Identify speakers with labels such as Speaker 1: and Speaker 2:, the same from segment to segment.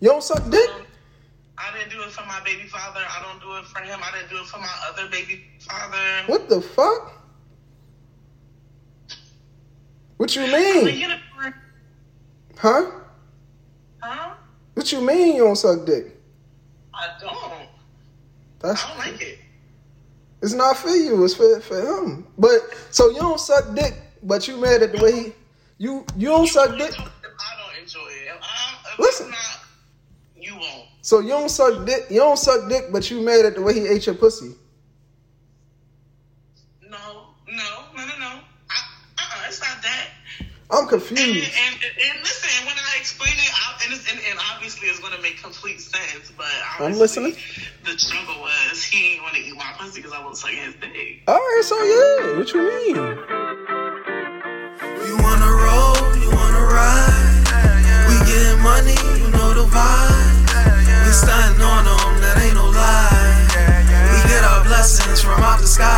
Speaker 1: You don't suck dick?
Speaker 2: I didn't do it for my baby father. I don't do it for him. I didn't do it for my other baby father.
Speaker 1: What the fuck? What you
Speaker 2: I mean,
Speaker 1: mean?
Speaker 2: you know,
Speaker 1: Huh?
Speaker 2: huh?
Speaker 1: What you mean you don't suck dick?
Speaker 2: I don't.
Speaker 1: That's
Speaker 2: I don't like it.
Speaker 1: it's not for you. It's for for him. But so you don't suck dick, but you mad at the way he you you don't suck dick.
Speaker 2: If I don't enjoy it. If I'm, if
Speaker 1: Listen.
Speaker 2: It's not, you won't.
Speaker 1: So you don't suck dick. You don't suck dick, but you mad at the way he ate your pussy.
Speaker 2: No, no, no, no, no. I, uh-uh, it's not that.
Speaker 1: I'm
Speaker 2: And,
Speaker 1: confused.
Speaker 2: and, and listen, when I explain it, I, and, it's, and, and obviously it's going to make complete sense, but
Speaker 1: I'm
Speaker 2: obviously
Speaker 1: listening.
Speaker 2: the struggle was he didn't want to eat my pussy because I was sucking his dick.
Speaker 1: All right, so yeah, what you mean?
Speaker 3: You wanna roll, you wanna ride. We getting money, you know the vibe. We stunting on them, that ain't no lie. We get our blessings from out the sky.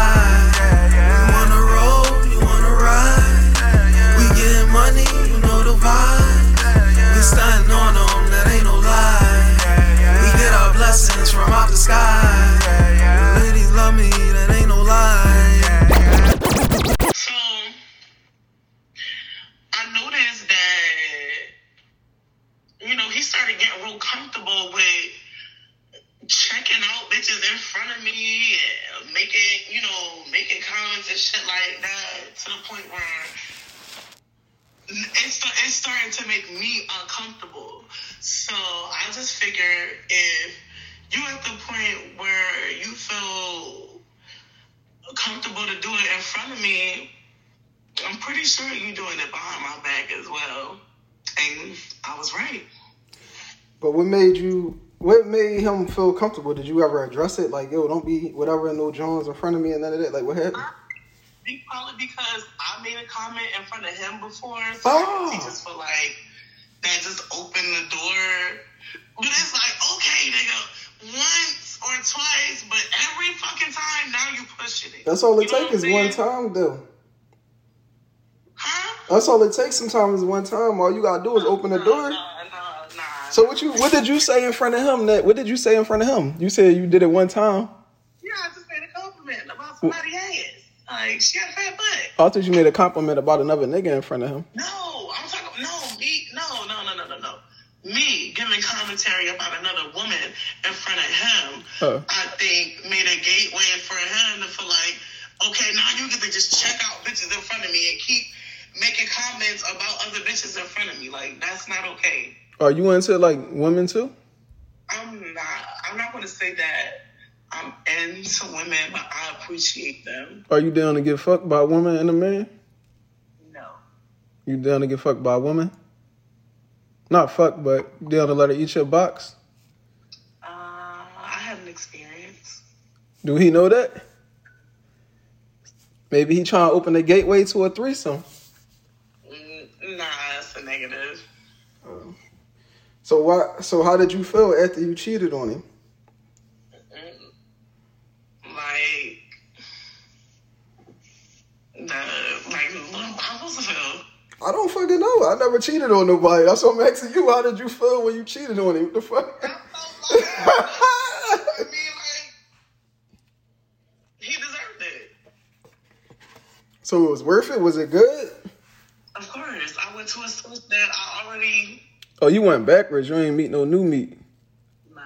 Speaker 3: You wanna roll, you wanna ride. We getting money, you know the vibe. We stunting on them, that ain't no lie. We get our blessings from out the sky. Ladies love me, that ain't no lie.
Speaker 2: So I noticed that you know he started getting real comfortable with checking out bitches in front of me and making you know making comments and shit like that to the point where it's sta- it's starting to make me uncomfortable. So I just figured if you at the point where you feel comfortable to do it in front of me, I'm pretty sure you doing it behind my back as well. And I was right.
Speaker 1: But what made you? What made him feel comfortable? Did you ever address it? Like, yo, don't be whatever no Jones in front of me and none of that. Like, what happened?
Speaker 2: Be- Probably because I made a comment in front of him before, so
Speaker 1: Oh.
Speaker 2: he just felt like that just opened the door. But it's like, okay, nigga, once or twice, but every fucking time now you pushing it.
Speaker 1: That's all it
Speaker 2: You know
Speaker 1: takes
Speaker 2: what
Speaker 1: is
Speaker 2: I'm
Speaker 1: one
Speaker 2: saying?
Speaker 1: time, though.
Speaker 2: Huh?
Speaker 1: That's all it takes. Sometimes is one time. All you gotta do is open the
Speaker 2: Nah,
Speaker 1: door.
Speaker 2: nah, nah.
Speaker 1: So what you? What did you say in front of him? That what did you say in front of him? You said you did it one time.
Speaker 2: yeah, I just made a compliment about somebody ass. Like she got a fat butt.
Speaker 1: I thought you made a compliment about another nigga in front of him.
Speaker 2: No, I'm talking. No, me. No, no, no, no, no, no. Me giving commentary about another woman in front of him,
Speaker 1: Oh.
Speaker 2: I think made a gateway for him to feel like, okay, now you get to just check out bitches in front of me and keep making comments about other bitches in front of me. Like that's not okay.
Speaker 1: Are you into like women too?
Speaker 2: I'm not. I'm not going to say that I'm into women, but I appreciate them.
Speaker 1: Are you down to get fucked by a woman and a man?
Speaker 2: No.
Speaker 1: You down to get fucked by a woman? Not fucked, but down to let her eat your box?
Speaker 2: Uh, I have an experience.
Speaker 1: Do he know that? Maybe he trying to open the gateway to a threesome.
Speaker 2: Mm, Nah, that's a negative.
Speaker 1: So why? So how did you feel after you cheated on him?
Speaker 2: like the like little bottles of him.
Speaker 1: I don't fucking know. I never cheated on nobody. That's what I'm asking you. How did you feel when you cheated on him? What the fuck?
Speaker 2: I mean, like he deserved it.
Speaker 1: so it was worth it. Was it good?
Speaker 2: Of course, I went to a source that I already
Speaker 1: Oh, you went backwards. You ain't meet no new meat.
Speaker 2: nah.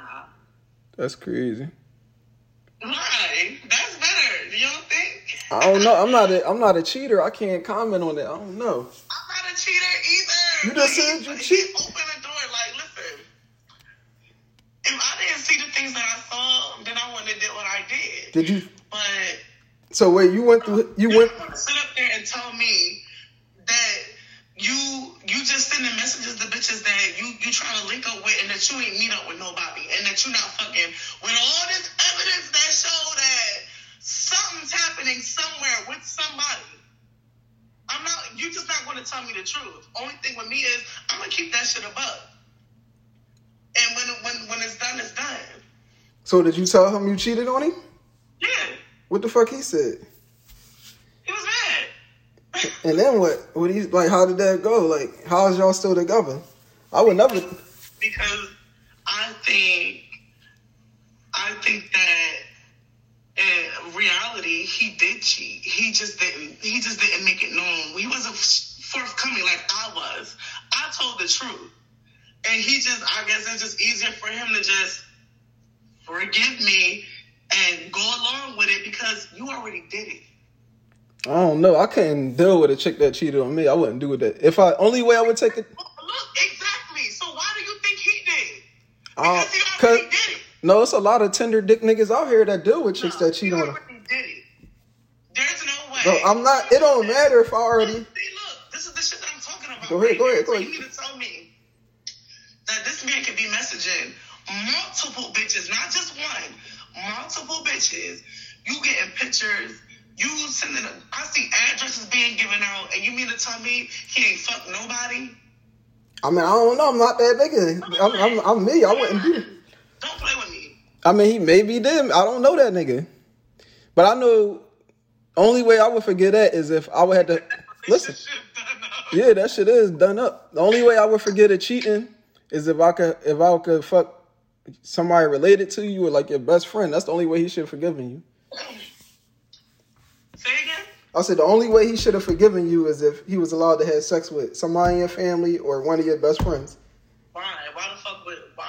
Speaker 1: That's crazy.
Speaker 2: Why? That's better. You don't think?
Speaker 1: I don't know. I'm not. A, I'm not a cheater. I can't comment on that. I don't know.
Speaker 2: I'm not a cheater either.
Speaker 1: You just said you
Speaker 2: He-
Speaker 1: cheat.
Speaker 2: He opened the door. Like, listen, if I didn't see the things that I saw, then I wouldn't have did what I did.
Speaker 1: Did you?
Speaker 2: but
Speaker 1: So wait, you went through. You
Speaker 2: You
Speaker 1: went.
Speaker 2: don't want to sit up there and tell me that you you just sending messages to bitches that you you trying to link up with and that you ain't meet up with nobody and that you not fucking with all this evidence that show that something's happening somewhere with somebody. I'm not. You just not going to tell me the truth. Only thing with me is I'm gonna keep that shit above. And when when when it's done, it's done.
Speaker 1: So did you tell him you cheated on him?
Speaker 2: Yeah,
Speaker 1: What the fuck he said?
Speaker 2: it was bad.
Speaker 1: And then what? What he like? How did that go? Like, how's y'all still together? I would never.
Speaker 2: because I think I think that in reality he did cheat. He just didn't he just didn't make it known. He wasn't forthcoming like I was. I told the truth. And he just I guess it's just easier for him to just forgive me and go along with it because you already did it.
Speaker 1: I don't know. I couldn't deal with a chick that cheated on me. I wouldn't do that. If I only way I would take it.
Speaker 2: Look, look, exactly. So why do you think he did?
Speaker 1: Uh,
Speaker 2: Because he
Speaker 1: cause,
Speaker 2: already did it.
Speaker 1: no, it's a lot of tender dick niggas out here that deal with chicks
Speaker 2: No,
Speaker 1: that cheat
Speaker 2: he
Speaker 1: on them.
Speaker 2: already did it. There's no way.
Speaker 1: No, I'm not. It don't matter if I already.
Speaker 2: See, look, this is the shit that I'm talking about.
Speaker 1: Go ahead, go ahead, go
Speaker 2: So
Speaker 1: ahead.
Speaker 2: You need to tell me that this man could be messaging multiple bitches, not just one, multiple bitches. You getting pictures. You sending. a- I see addresses being given out, and you mean to tell me he ain't fuck nobody?
Speaker 1: I mean, I don't know. I'm not that nigga. I'm, I'm, I'm me. I wouldn't do.
Speaker 2: Don't play with me.
Speaker 1: I mean, he maybe did. I don't know that nigga. But I know. Only way I would forget that is if I would have to. Listen. Yeah, that shit is done up. The only way I would forget a cheating is if I could if I could fuck somebody related to you or like your best friend. That's the only way he should have forgiven you.
Speaker 2: Say again.
Speaker 1: I said the only way he should have forgiven you is if he was allowed to have sex with somebody in your family or one of your best friends.
Speaker 2: Why? Why the fuck would why?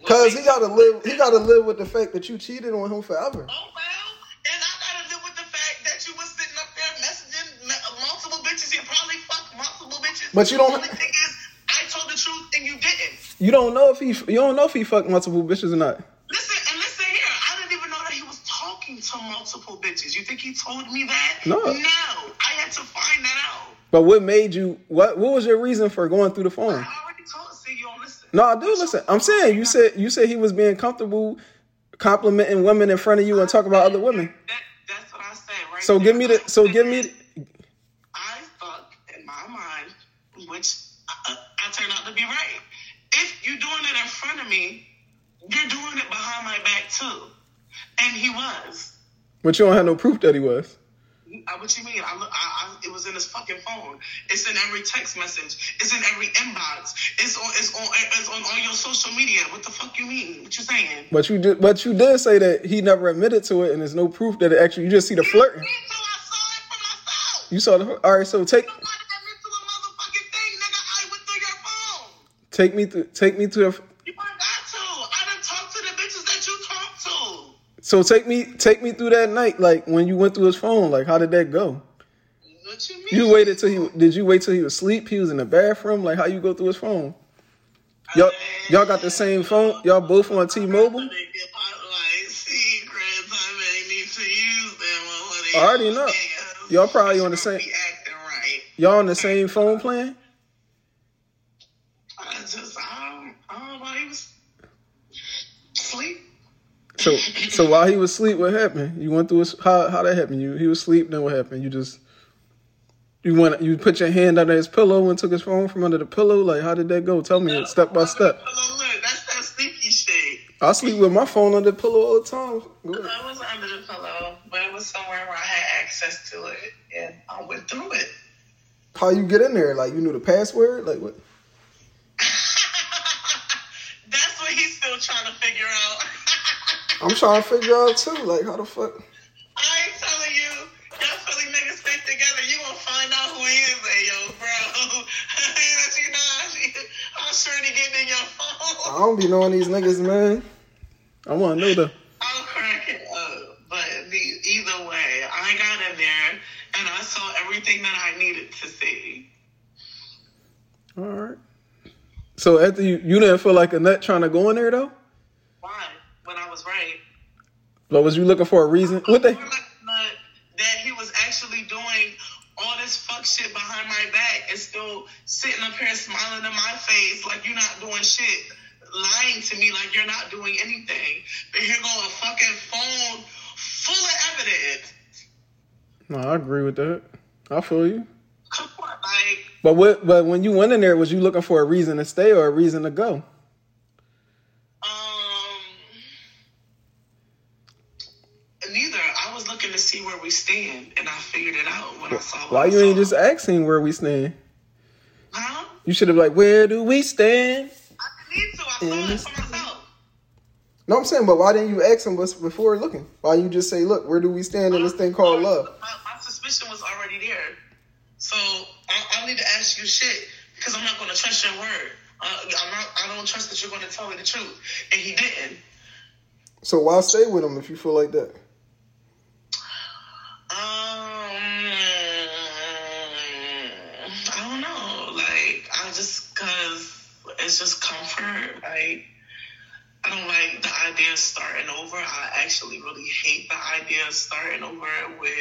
Speaker 2: What
Speaker 1: Cause he
Speaker 2: makes-
Speaker 1: gotta live he gotta live with the fact that you cheated on him forever.
Speaker 2: Oh well, and I gotta live with the fact that you was sitting up there messaging m- multiple bitches. You probably fucked multiple bitches.
Speaker 1: But you don't-
Speaker 2: The only thing is, I told the truth and you didn't.
Speaker 1: You don't know if he you don't know if he fucked multiple bitches or not.
Speaker 2: Listen and listen here. I didn't even know that he was talking to multiple bitches. You think he told me that?
Speaker 1: No.
Speaker 2: No, I had to find that out.
Speaker 1: But what made you what what was your reason for going through the phone?
Speaker 2: I already told. See, you don't listen.
Speaker 1: No, I do listen. I'm saying you said you said he was being comfortable complimenting women in front of you and talking about other women.
Speaker 2: That, that's what I said, right?
Speaker 1: So give me the
Speaker 2: there.
Speaker 1: so give me the-
Speaker 2: I fuck in my mind, which I, I turn out to be right. If you're doing it in front of me, you're doing it behind my back too. And he was.
Speaker 1: but you don't have no proof that he was.
Speaker 2: I, what you mean? I, look- I, I, it was in his fucking phone. It's in every text message. It's in every inbox. It's on. It's on. It's on all your social media. What the fuck you mean? What you saying?
Speaker 1: But you did but you did say that he never admitted to it and there's no proof that it actually you just see the flirting.
Speaker 2: Me too. I saw it for myself.
Speaker 1: You saw the all right, so take
Speaker 2: Nobody admit to a motherfucking thing, nigga. I went through your phone.
Speaker 1: take me through take me to the
Speaker 2: You ain't got to. I done talked to the bitches that you talked to.
Speaker 1: so take me take me through that night like when you went through his phone like how did that go?
Speaker 2: What you mean?
Speaker 1: You waited till he did you wait till he was asleep? He was in the bathroom like how you go through his phone? Y'all y'all got the same phone? Y'all both on T-Mobile?
Speaker 2: I
Speaker 1: I already know. Y'all probably on the same-
Speaker 2: Be acting right.
Speaker 1: Y'all on the same phone plan?
Speaker 2: I just, I don't, I don't know. He was sleep.
Speaker 1: So so while he was asleep, what happened? You went through his how how that happened? You he was asleep, then what happened? You just you went you put your hand under his pillow and took his phone from under the pillow? Like how did that go? Tell me step by step.
Speaker 2: Look, look, that's that sneaky shit.
Speaker 1: I sleep with my phone under the pillow all the time. Go ahead.
Speaker 2: I was under the pillow, but it was somewhere where I had access to it, and I went through it.
Speaker 1: How you get in there? Like you knew the password? Like what?
Speaker 2: That's what he's still trying to figure out.
Speaker 1: I'm trying to figure out too. Like how the fuck?
Speaker 2: I ain't telling you. Y'all Philly niggas stick together. You gonna find out who he is, hey, yo, bro. That you know, I'm sure he getting in your
Speaker 1: I
Speaker 2: phone.
Speaker 1: don't be knowing these niggas, man. I want to know the.
Speaker 2: I'm cracking up. But the, either way, I got in there and I saw everything that I needed to see.
Speaker 1: All right. So after you, you didn't feel like a nut trying to go in there though.
Speaker 2: Why? When I was right.
Speaker 1: But was you looking for a reason? What they?
Speaker 2: But uh, that he was actually doing all this fuck shit behind my back and still sitting up here smiling in my face like you're not doing shit, lying to me like you're not doing anything. But here go a fucking phone full of evidence.
Speaker 1: No, I agree with that. I feel you.
Speaker 2: Come on, like
Speaker 1: But what? But when you went in there, was you looking for a reason to stay or a reason to go?
Speaker 2: um, neither. I was looking to see where we stand, and I figured it out when I saw. what
Speaker 1: Why
Speaker 2: I
Speaker 1: you ain't
Speaker 2: saw.
Speaker 1: just asking where we stand?
Speaker 2: Huh?
Speaker 1: You should have like, where do we stand?
Speaker 2: I didn't need to. I saw it for myself.
Speaker 1: No, I'm saying, but why didn't you ask him what's before looking? Why you just say, look, where do we stand in this thing called love?
Speaker 2: My, my suspicion was already there. So I, I need to ask you shit because I'm not going to trust your word. Uh, I'm not, I don't trust that you're going to tell me the truth. And he didn't.
Speaker 1: So why stay with him if you feel like that?
Speaker 2: Um, I don't know. Like, I just, because it's just comfort. Like, I don't like the idea of starting over. I actually really hate the idea of starting over with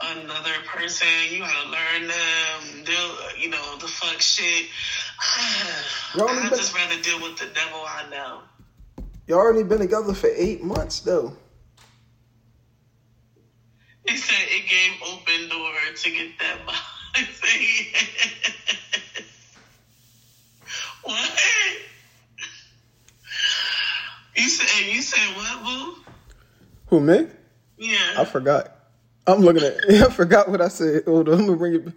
Speaker 2: another person. You gotta learn them, deal, you know, the fuck shit.
Speaker 1: Y'all
Speaker 2: I
Speaker 1: ain't been-
Speaker 2: just rather deal with the devil I know.
Speaker 1: Y'all already been together for eight months though.
Speaker 2: He said it gave open door to get that box. what? You said you said what, boo?
Speaker 1: Who me? I
Speaker 2: Yeah.
Speaker 1: forgot. I'm looking at. I forgot what I said. Hold on, I'm gonna bring it.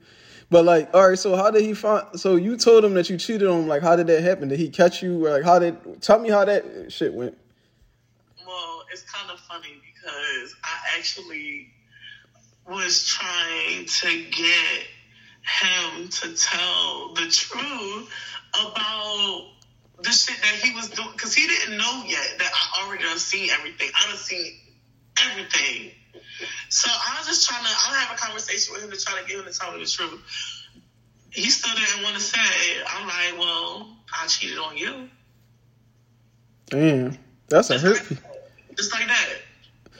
Speaker 1: But like, all right. So how did he find? So you told him that you cheated on him. Like, how did that happen? Did he catch you? Or like, how did? Tell me how that shit went.
Speaker 2: Well, it's kind of funny because I actually was trying to get him to tell the truth about the shit that he was doing because he didn't know yet that I already done seen everything. I done seen everything. So I was just trying to, I have a conversation with him to try to get him to tell me the truth. He still didn't want to say, it. I'm like, well, I cheated on you.
Speaker 1: Damn, that's a hurt. pe-
Speaker 2: Just like that.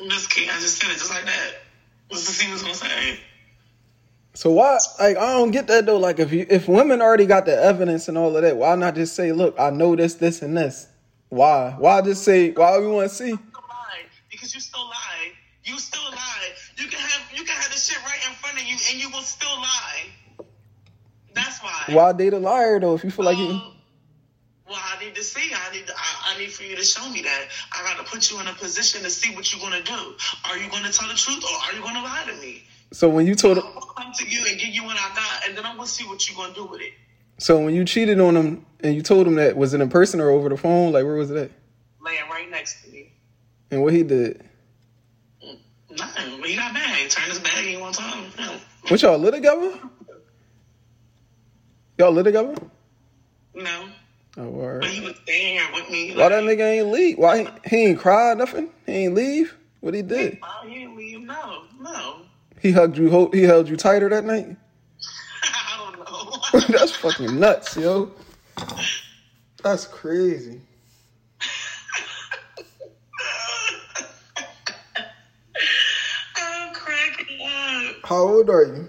Speaker 2: I'm just kidding. I just said it just like that. Let's just see what's gonna say.
Speaker 1: So why? Like, I don't get that though. Like, if you if women already got the evidence and all of that, why not just say, look, I know this, this, and this. Why? Why just say? Why we want to see?
Speaker 2: You lie because you still lie. You still lie. You can have you can have the shit right in front of you and you will still lie. That's why.
Speaker 1: Why date a liar though? If you feel like you.
Speaker 2: Well, well, I need to see. I need. I, I need for you to show me that. I got to put you in a position to see what you're gonna do. Are you gonna tell the truth or are you gonna lie to me?
Speaker 1: So when you told.
Speaker 2: I'm gonna come to you and give you what I got, and then I'm gonna see what you're gonna do with it.
Speaker 1: So when you cheated on him and you told him that, was it in person or over the phone? Like, where was it at?
Speaker 2: Laying right next to me.
Speaker 1: And what he did?
Speaker 2: Nothing. He got mad. He turned his back. He won't tell him. No.
Speaker 1: What y'all live together? Y'all live together?
Speaker 2: No.
Speaker 1: Oh, word.
Speaker 2: But he was staying here with me.
Speaker 1: Why
Speaker 2: Like,
Speaker 1: that nigga ain't leave? Why he, he ain't cried nothing? He ain't leave? What he did?
Speaker 2: why he didn't leave? No. No.
Speaker 1: He hugged you. ho- He held you tighter that night.
Speaker 2: I don't know.
Speaker 1: That's fucking nuts, yo. That's crazy.
Speaker 2: I'm cracking Oh, up.
Speaker 1: How old are you?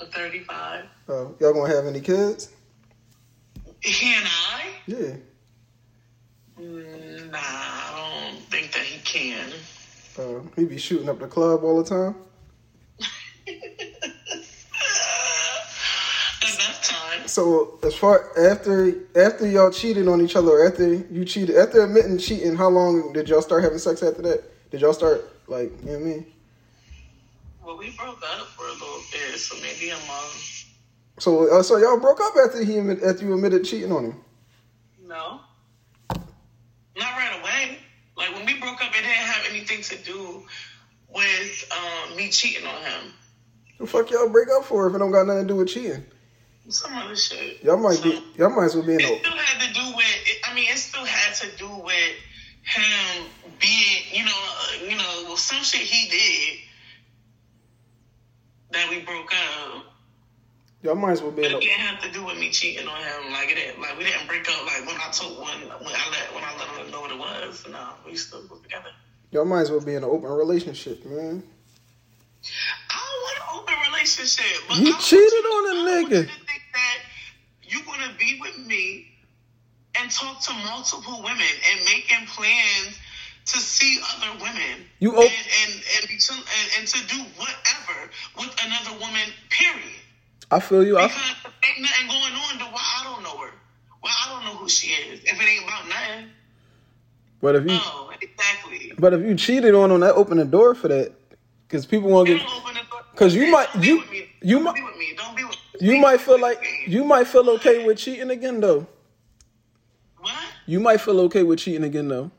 Speaker 2: I'm 35.
Speaker 1: Oh, y'all gonna have any kids?
Speaker 2: He and I?
Speaker 1: Yeah.
Speaker 2: Mm, Nah, I don't think that he can.
Speaker 1: Uh, he be shooting up the club all the time.
Speaker 2: Enough time.
Speaker 1: So as far after after y'all cheated on each other, or after you cheated, after admitting cheating, how long did y'all start having sex after that? Did y'all start like you know what I mean?
Speaker 2: Well, we broke up for a little bit, so maybe a month.
Speaker 1: So uh, so y'all broke up after he admit- after you admitted cheating on him.
Speaker 2: No. Not right away. Like when we broke up, it didn't have anything to do with um, me cheating on him.
Speaker 1: The fuck y'all break up for if it don't got nothing to do with cheating?
Speaker 2: Some other shit.
Speaker 1: Y'all might
Speaker 2: So-
Speaker 1: be y'all might as well be in
Speaker 2: It
Speaker 1: a
Speaker 2: still had to do with. It, I mean, it still had to do with him being, you know, uh, you know, well, some shit he did that we broke up.
Speaker 1: y'all might as well be in
Speaker 2: It
Speaker 1: a
Speaker 2: didn't have to do with me cheating on him. Like it, didn't, like we didn't break up. Like when I told one, when I let when I let him know what it was. No, we still was together.
Speaker 1: y'all might as well be in an open relationship, man.
Speaker 2: I don't want an open relationship. But
Speaker 1: You
Speaker 2: I
Speaker 1: cheated
Speaker 2: want you-
Speaker 1: on a
Speaker 2: I want
Speaker 1: nigga.
Speaker 2: you to think that you want to be with me and talk to multiple women and making plans to see other women.
Speaker 1: You
Speaker 2: and
Speaker 1: op-
Speaker 2: and and, be to, and and to do whatever with another woman. Period.
Speaker 1: I feel you. I,
Speaker 2: Because ain't nothing going on. To why I don't know her. Why I don't know who she is. If it ain't about nothing.
Speaker 1: but if you
Speaker 2: No, exactly.
Speaker 1: but if you cheated on him, that opened the door for that because people won't
Speaker 2: Don't
Speaker 1: get.
Speaker 2: open the door.
Speaker 1: 'Cause you might-
Speaker 2: Don't be
Speaker 1: you-
Speaker 2: with me.
Speaker 1: you
Speaker 2: Don't
Speaker 1: might-
Speaker 2: be with me. Don't be with
Speaker 1: You might feel like you might feel okay with cheating again though.
Speaker 2: What?
Speaker 1: You might feel okay with cheating again though.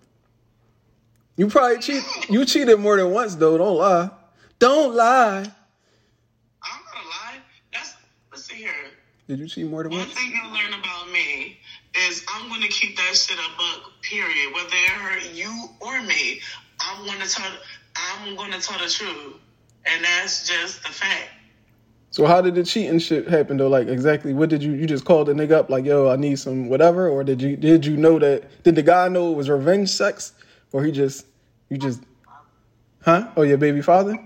Speaker 1: You probably cheat. You cheated more than once though. Don't lie. Don't lie.
Speaker 2: I'm not gonna lie. That's listen here.
Speaker 1: Did you cheat more than
Speaker 2: One
Speaker 1: once?
Speaker 2: thing you learn about me is I'm gonna keep that shit a buck. Period. Whether it hurt you or me, I'm gonna tell. I'm gonna tell the truth, and that's just the fact.
Speaker 1: So how did the cheating shit happen though? Like exactly what did you you just called the nigga up like yo I need some whatever or did you did you know that did the guy know it was revenge sex or he just you just huh oh your baby father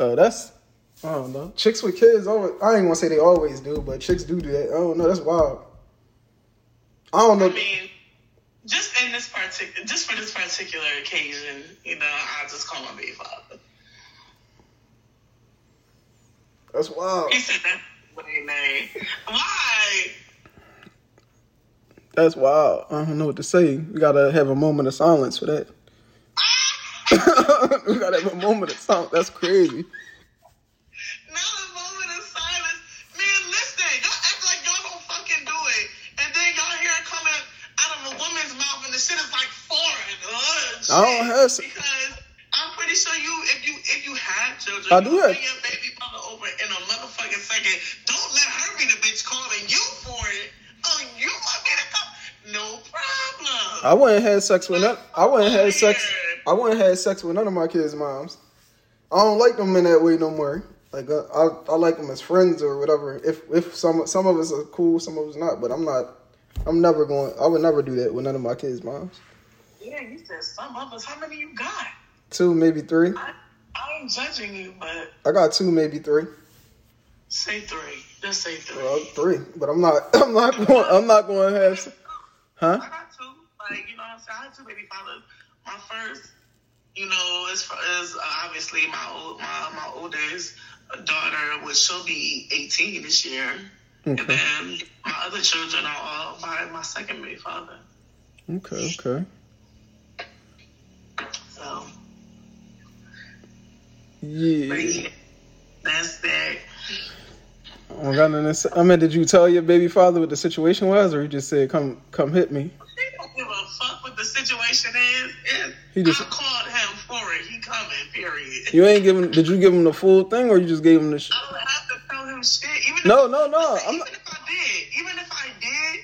Speaker 1: oh that's I don't know chicks with kids always, I ain't gonna say they always do but chicks do do that I don't know that's wild I don't
Speaker 2: I
Speaker 1: know
Speaker 2: mean, just in this particular, just for this particular occasion, you know, I just call my baby father.
Speaker 1: that's wild
Speaker 2: He said that what his name. Why?
Speaker 1: that's wild I don't know what to say we gotta have a moment of silence for that we gotta have a moment of silence that's crazy.
Speaker 2: Not a moment of silence. Man, listen, y'all act like y'all don't fucking do it. And then y'all hear it coming out of a woman's mouth and the shit is like foreign. Ugh,
Speaker 1: I don't
Speaker 2: shit.
Speaker 1: have s-
Speaker 2: Because I'm pretty sure you, if you, if you have children,
Speaker 1: I do
Speaker 2: you
Speaker 1: have-
Speaker 2: bring your baby mother over in a motherfucking second. Don't let her be the bitch calling you for it. Oh, you want me to come? No problem.
Speaker 1: I wouldn't have had sex with none. I wouldn't have had sex. I wouldn't have had sex with none of my kids' moms. I don't like them in that way no more. Like uh, I, I like them as friends or whatever. If if some some of us are cool, some of us not. But I'm not. I'm never going. I would never do that with none of my kids' moms.
Speaker 2: Yeah, you said some of us. How many you got?
Speaker 1: Two, maybe three.
Speaker 2: I, I ain't judging you, but
Speaker 1: I got two, maybe three.
Speaker 2: say three. Just say three.
Speaker 1: Well, three. But I'm not. I'm not going. I'm not going to have. se- Huh?
Speaker 2: I got two. Like, you know what I'm saying? I had two baby fathers. My first, you know, is, is uh, obviously my, old, my my oldest daughter, which she'll be 18 this year. And
Speaker 1: Okay.
Speaker 2: then my other children are all by my second baby father.
Speaker 1: Okay. Okay.
Speaker 2: So, but
Speaker 1: Yeah.
Speaker 2: yeah, that's that.
Speaker 1: I don't got nothing to say. I mean, did you tell your baby father what the situation was, or he just said, "Come, come hit me"?
Speaker 2: He don't give a fuck what the situation is. It,
Speaker 1: He just-
Speaker 2: I called him for it. He coming, period.
Speaker 1: You ain't giving. Did you give him the full thing, or you just gave him the? Sh-
Speaker 2: I don't have to tell him shit. Even
Speaker 1: No,
Speaker 2: if,
Speaker 1: no, no,
Speaker 2: Listen,
Speaker 1: I'm
Speaker 2: even
Speaker 1: not-
Speaker 2: if I did, even if I did,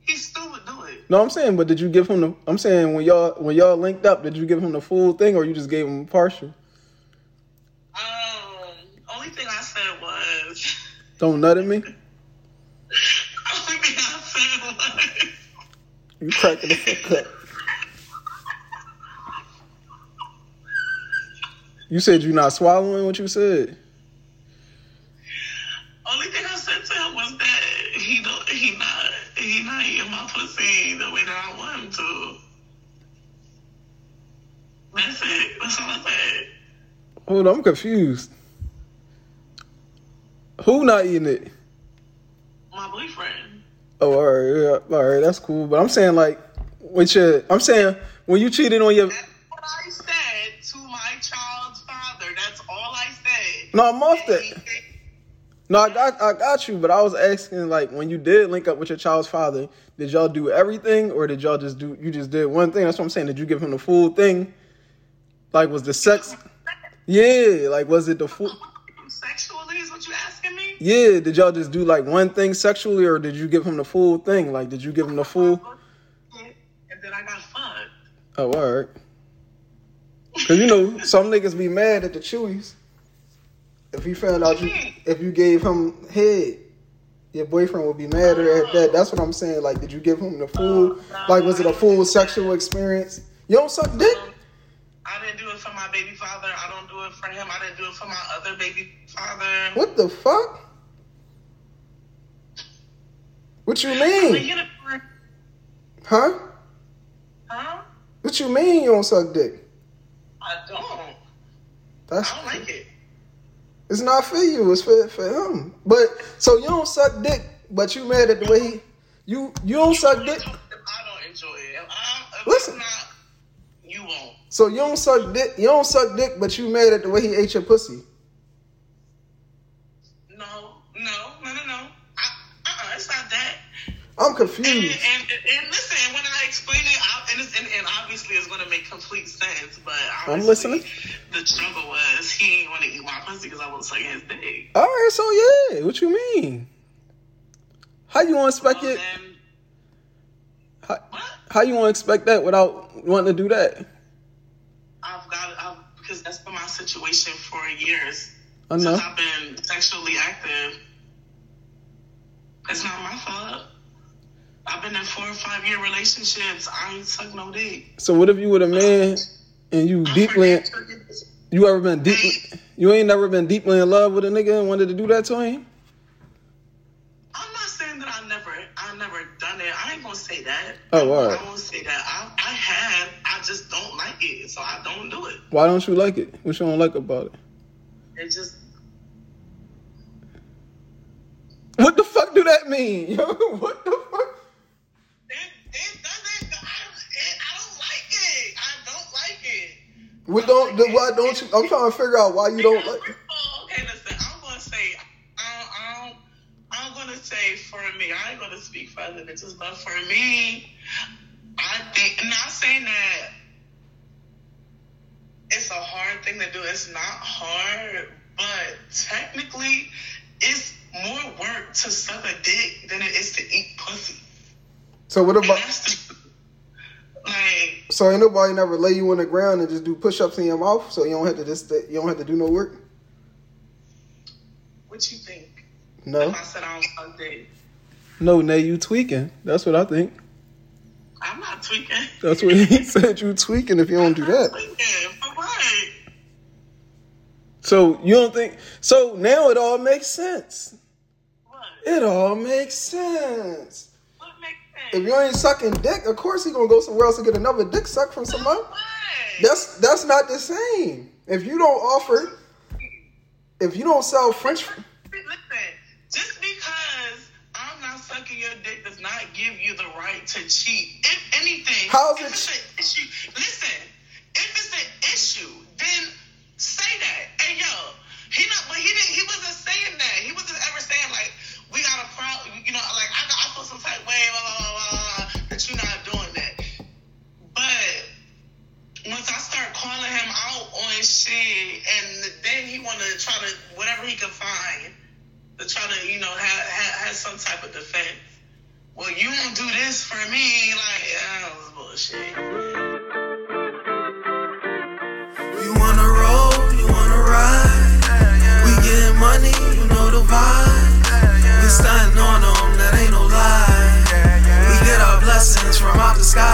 Speaker 2: he still would do it.
Speaker 1: no, I'm saying, but did you give him the? I'm saying when y'all when y'all linked up, did you give him the full thing, or you just gave him partial?
Speaker 2: Um, only thing I said was,
Speaker 1: Don't nut at me.
Speaker 2: only thing I said was,
Speaker 1: You cracking the fuck up. You said you not swallowing what you said.
Speaker 2: only thing I said to him was that he don't, he not, he not eating my pussy the way that I want him to. That's it. That's all I said.
Speaker 1: Hold on, I'm confused. Who not eating it?
Speaker 2: My boyfriend.
Speaker 1: Oh, all right, yeah, all right, that's cool. But I'm saying like, with your, I'm saying when you cheated on your.
Speaker 2: That's what I said to my child's father. That's all I said.
Speaker 1: No, I'm off that.
Speaker 2: And he said-
Speaker 1: No, I got I got you, but I was asking like when you did link up with your child's father, did y'all do everything or did y'all just do you just did one thing? That's what I'm saying. Did you give him the full thing? Like was the sex Yeah, like was it the full
Speaker 2: Sexually is what you asking me?
Speaker 1: Yeah, did y'all just do like one thing sexually or did you give him the full thing? Like did you give him the full
Speaker 2: And then I got fucked.
Speaker 1: Oh, all right. Cause you know, some niggas be mad at the chewies. If he found out you if you gave him head, your boyfriend would be mad at that. That's what I'm saying. Like, did you give him the full like was it a full sexual experience? You don't suck dick?
Speaker 2: I didn't do it for my baby father. I don't do it for him. I didn't do it for my other baby father.
Speaker 1: What the fuck? What you
Speaker 2: Like,
Speaker 1: mean?
Speaker 2: you know,
Speaker 1: Huh?
Speaker 2: Huh?
Speaker 1: What you mean you don't suck dick?
Speaker 2: I don't.
Speaker 1: That's
Speaker 2: I don't like it.
Speaker 1: it's not for you, it's for, for him. But so you don't suck dick, but you mad at the way he you you don't suck dick.
Speaker 2: I don't enjoy it. If I, if
Speaker 1: Listen.
Speaker 2: It's not, you won't.
Speaker 1: So you don't suck dick. You don't suck dick, but you mad at the way he ate your pussy.
Speaker 2: No, no, no, no, no. I, uh-uh, it's not that.
Speaker 1: I'm I'm confused.
Speaker 2: And, and, and listen, when I explain it, I, and, it's, and, and obviously it's going to make complete sense, but
Speaker 1: I'm
Speaker 2: obviously
Speaker 1: listening.
Speaker 2: The struggle was he didn't want to eat my pussy because I was sucking his dick.
Speaker 1: All right, so yeah, what you mean? How you want to expect
Speaker 2: Well,
Speaker 1: it?
Speaker 2: then,
Speaker 1: How,
Speaker 2: Um, what?
Speaker 1: how you want to expect that without wanting to do that?
Speaker 2: I've got I've, because that's been my situation for years
Speaker 1: I know.
Speaker 2: since I've been sexually active. It's not my fault. I've been in four or five year relationships. I ain't sucked no dick.
Speaker 1: So what if you were a man and you
Speaker 2: I
Speaker 1: deeply,
Speaker 2: forget to-
Speaker 1: you ever been deeply, you ain't never been deeply in love with a nigga and wanted to do that to him?
Speaker 2: I'm not saying that I never, I never done it. I ain't gonna say that.
Speaker 1: Oh, all right.
Speaker 2: I won't say that. I, I have. I just don't like it, so I don't do it.
Speaker 1: Why don't you like it? What you don't like about it?
Speaker 2: It just.
Speaker 1: What the fuck do that mean? Yo, what the fuck?
Speaker 2: It, it doesn't. I, it, I don't like it. I don't like it.
Speaker 1: What don't? then Why don't you? I'm trying to figure out why you don't
Speaker 2: Because,
Speaker 1: like.
Speaker 2: first of all, Okay, listen. I'm gonna say. I don't, I don't, I'm gonna say for me. I ain't gonna speak for other bitches, but for me, I think. Not saying that it's a hard thing to do. It's not hard, but technically, it's more work to suck a dick than it is to eat pussy.
Speaker 1: So what
Speaker 2: And
Speaker 1: about?
Speaker 2: that's the, like.
Speaker 1: So ain't nobody never lay you on the ground and just do push-ups in your mouth, so you don't have to just you don't have to do no work.
Speaker 2: What you think?
Speaker 1: No,
Speaker 2: If I said I don't suck dick,
Speaker 1: no, nay, you tweaking. That's what I think.
Speaker 2: I'm not tweaking.
Speaker 1: That's what he said. You tweaking if you don't do that.
Speaker 2: Yeah, but right.
Speaker 1: So you don't think? So now it all makes sense.
Speaker 2: What?
Speaker 1: It all makes sense.
Speaker 2: What makes
Speaker 1: If
Speaker 2: sense?
Speaker 1: you ain't sucking dick, of course he gonna go somewhere else and get another dick sucked from somebody.
Speaker 2: What?
Speaker 1: That's that's not the same. If you don't offer, if you don't sell French,
Speaker 2: Listen, just because I'm not sucking your dick does not give you the right to cheat. If anything,
Speaker 1: How is
Speaker 2: if
Speaker 1: it
Speaker 2: it's an issue, listen, if it's an issue, then say that. Hey, yo, he not, but he didn't, he wasn't saying that. He wasn't ever saying, like, we got a problem, you know, like, I, I feel some type of way, blah, blah, blah, blah, blah, that you're not doing that. But once I start calling him out on shit, and then he want to try to whatever he can find to try to you know have, have, have some type of defense. Well, you won't do this for me, like yeah, that was bullshit.
Speaker 3: You wanna roll, you wanna ride. We gettin' money, you know the vibe. We stuntin' on 'em, that ain't no lie. We get our blessings from out the sky.